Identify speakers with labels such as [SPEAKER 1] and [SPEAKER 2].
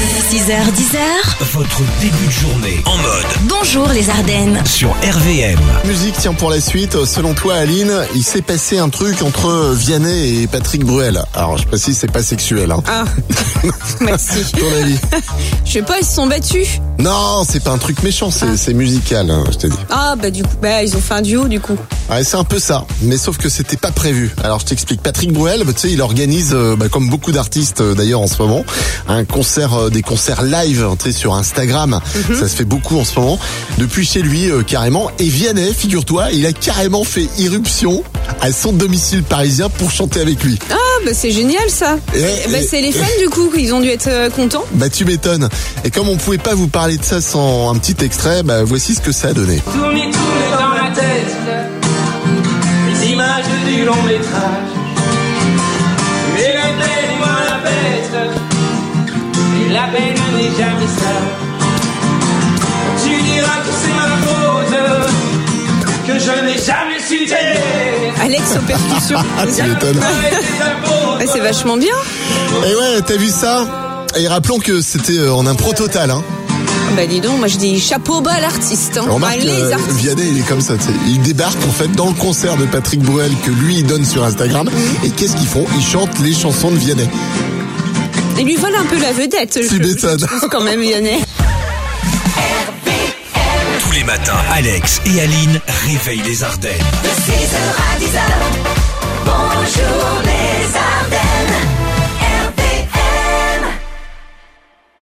[SPEAKER 1] 6h, 10h,
[SPEAKER 2] Votre début de journée en mode
[SPEAKER 1] bonjour les Ardennes.
[SPEAKER 2] sur RVM.
[SPEAKER 3] Musique tient pour la suite. Selon toi, Aline, il s'est passé un truc entre Vianney et Patrick Bruel. Alors, je précise, c'est pas sexuel. Hein.
[SPEAKER 4] Ah, merci.
[SPEAKER 3] Ton avis
[SPEAKER 4] Je sais pas, ils se sont battus.
[SPEAKER 3] Non, c'est pas un truc méchant, c'est c'est musical, hein, je te dis.
[SPEAKER 4] Ah, bah du coup, bah ils ont fait un duo du coup.
[SPEAKER 3] Ouais, c'est un peu ça, mais sauf que c'était pas prévu. Alors, je t'explique. Patrick Bruel, bah, tu sais, il organise, euh, bah, comme beaucoup d'artistes euh, d'ailleurs en ce moment, un concert, euh, des concerts live, tu sais, sur Instagram. Ça se fait beaucoup en ce moment. Depuis chez lui, euh, carrément. Et Vianney, figure-toi, il a carrément fait irruption à son domicile parisien pour chanter avec lui.
[SPEAKER 4] Ah, bah c'est génial ça.
[SPEAKER 3] Et-
[SPEAKER 4] bah
[SPEAKER 3] et-
[SPEAKER 4] c'est les fans du coup, ils ont dû être euh, contents.
[SPEAKER 3] Bah tu m'étonnes. Et comme on pouvait pas vous parler de ça sans un petit extrait, bah voici ce que ça a donné.
[SPEAKER 5] Tourner, tourner dans ma tête Les images du long métrage Mais la belle, moi la bête Et la belle n'est jamais sage Tu diras que c'est ma faute Que je n'ai jamais cité
[SPEAKER 4] Alex aux percussions.
[SPEAKER 3] Ah tu m'étonnes.
[SPEAKER 4] Bah, c'est vachement bien.
[SPEAKER 3] Et ouais, t'as vu ça Et rappelons que c'était euh, en impro total. Hein.
[SPEAKER 4] Bah dis donc, moi je dis chapeau bas à l'artiste. Hein.
[SPEAKER 3] Remarque,
[SPEAKER 4] Allez, les
[SPEAKER 3] euh,
[SPEAKER 4] artistes.
[SPEAKER 3] Vianney il est comme ça. tu sais. Il débarque en fait dans le concert de Patrick Bruel que lui il donne sur Instagram. Et qu'est-ce qu'ils font Ils chantent les chansons de Vianney.
[SPEAKER 4] Ils lui volent un peu la vedette. je-
[SPEAKER 3] Tu m'étonnes.
[SPEAKER 4] je trouve quand même Vianney.
[SPEAKER 2] Tous les matins, Alex et Aline réveillent les Ardennes.
[SPEAKER 6] De 6h à 10h, bonjour les Ardennes.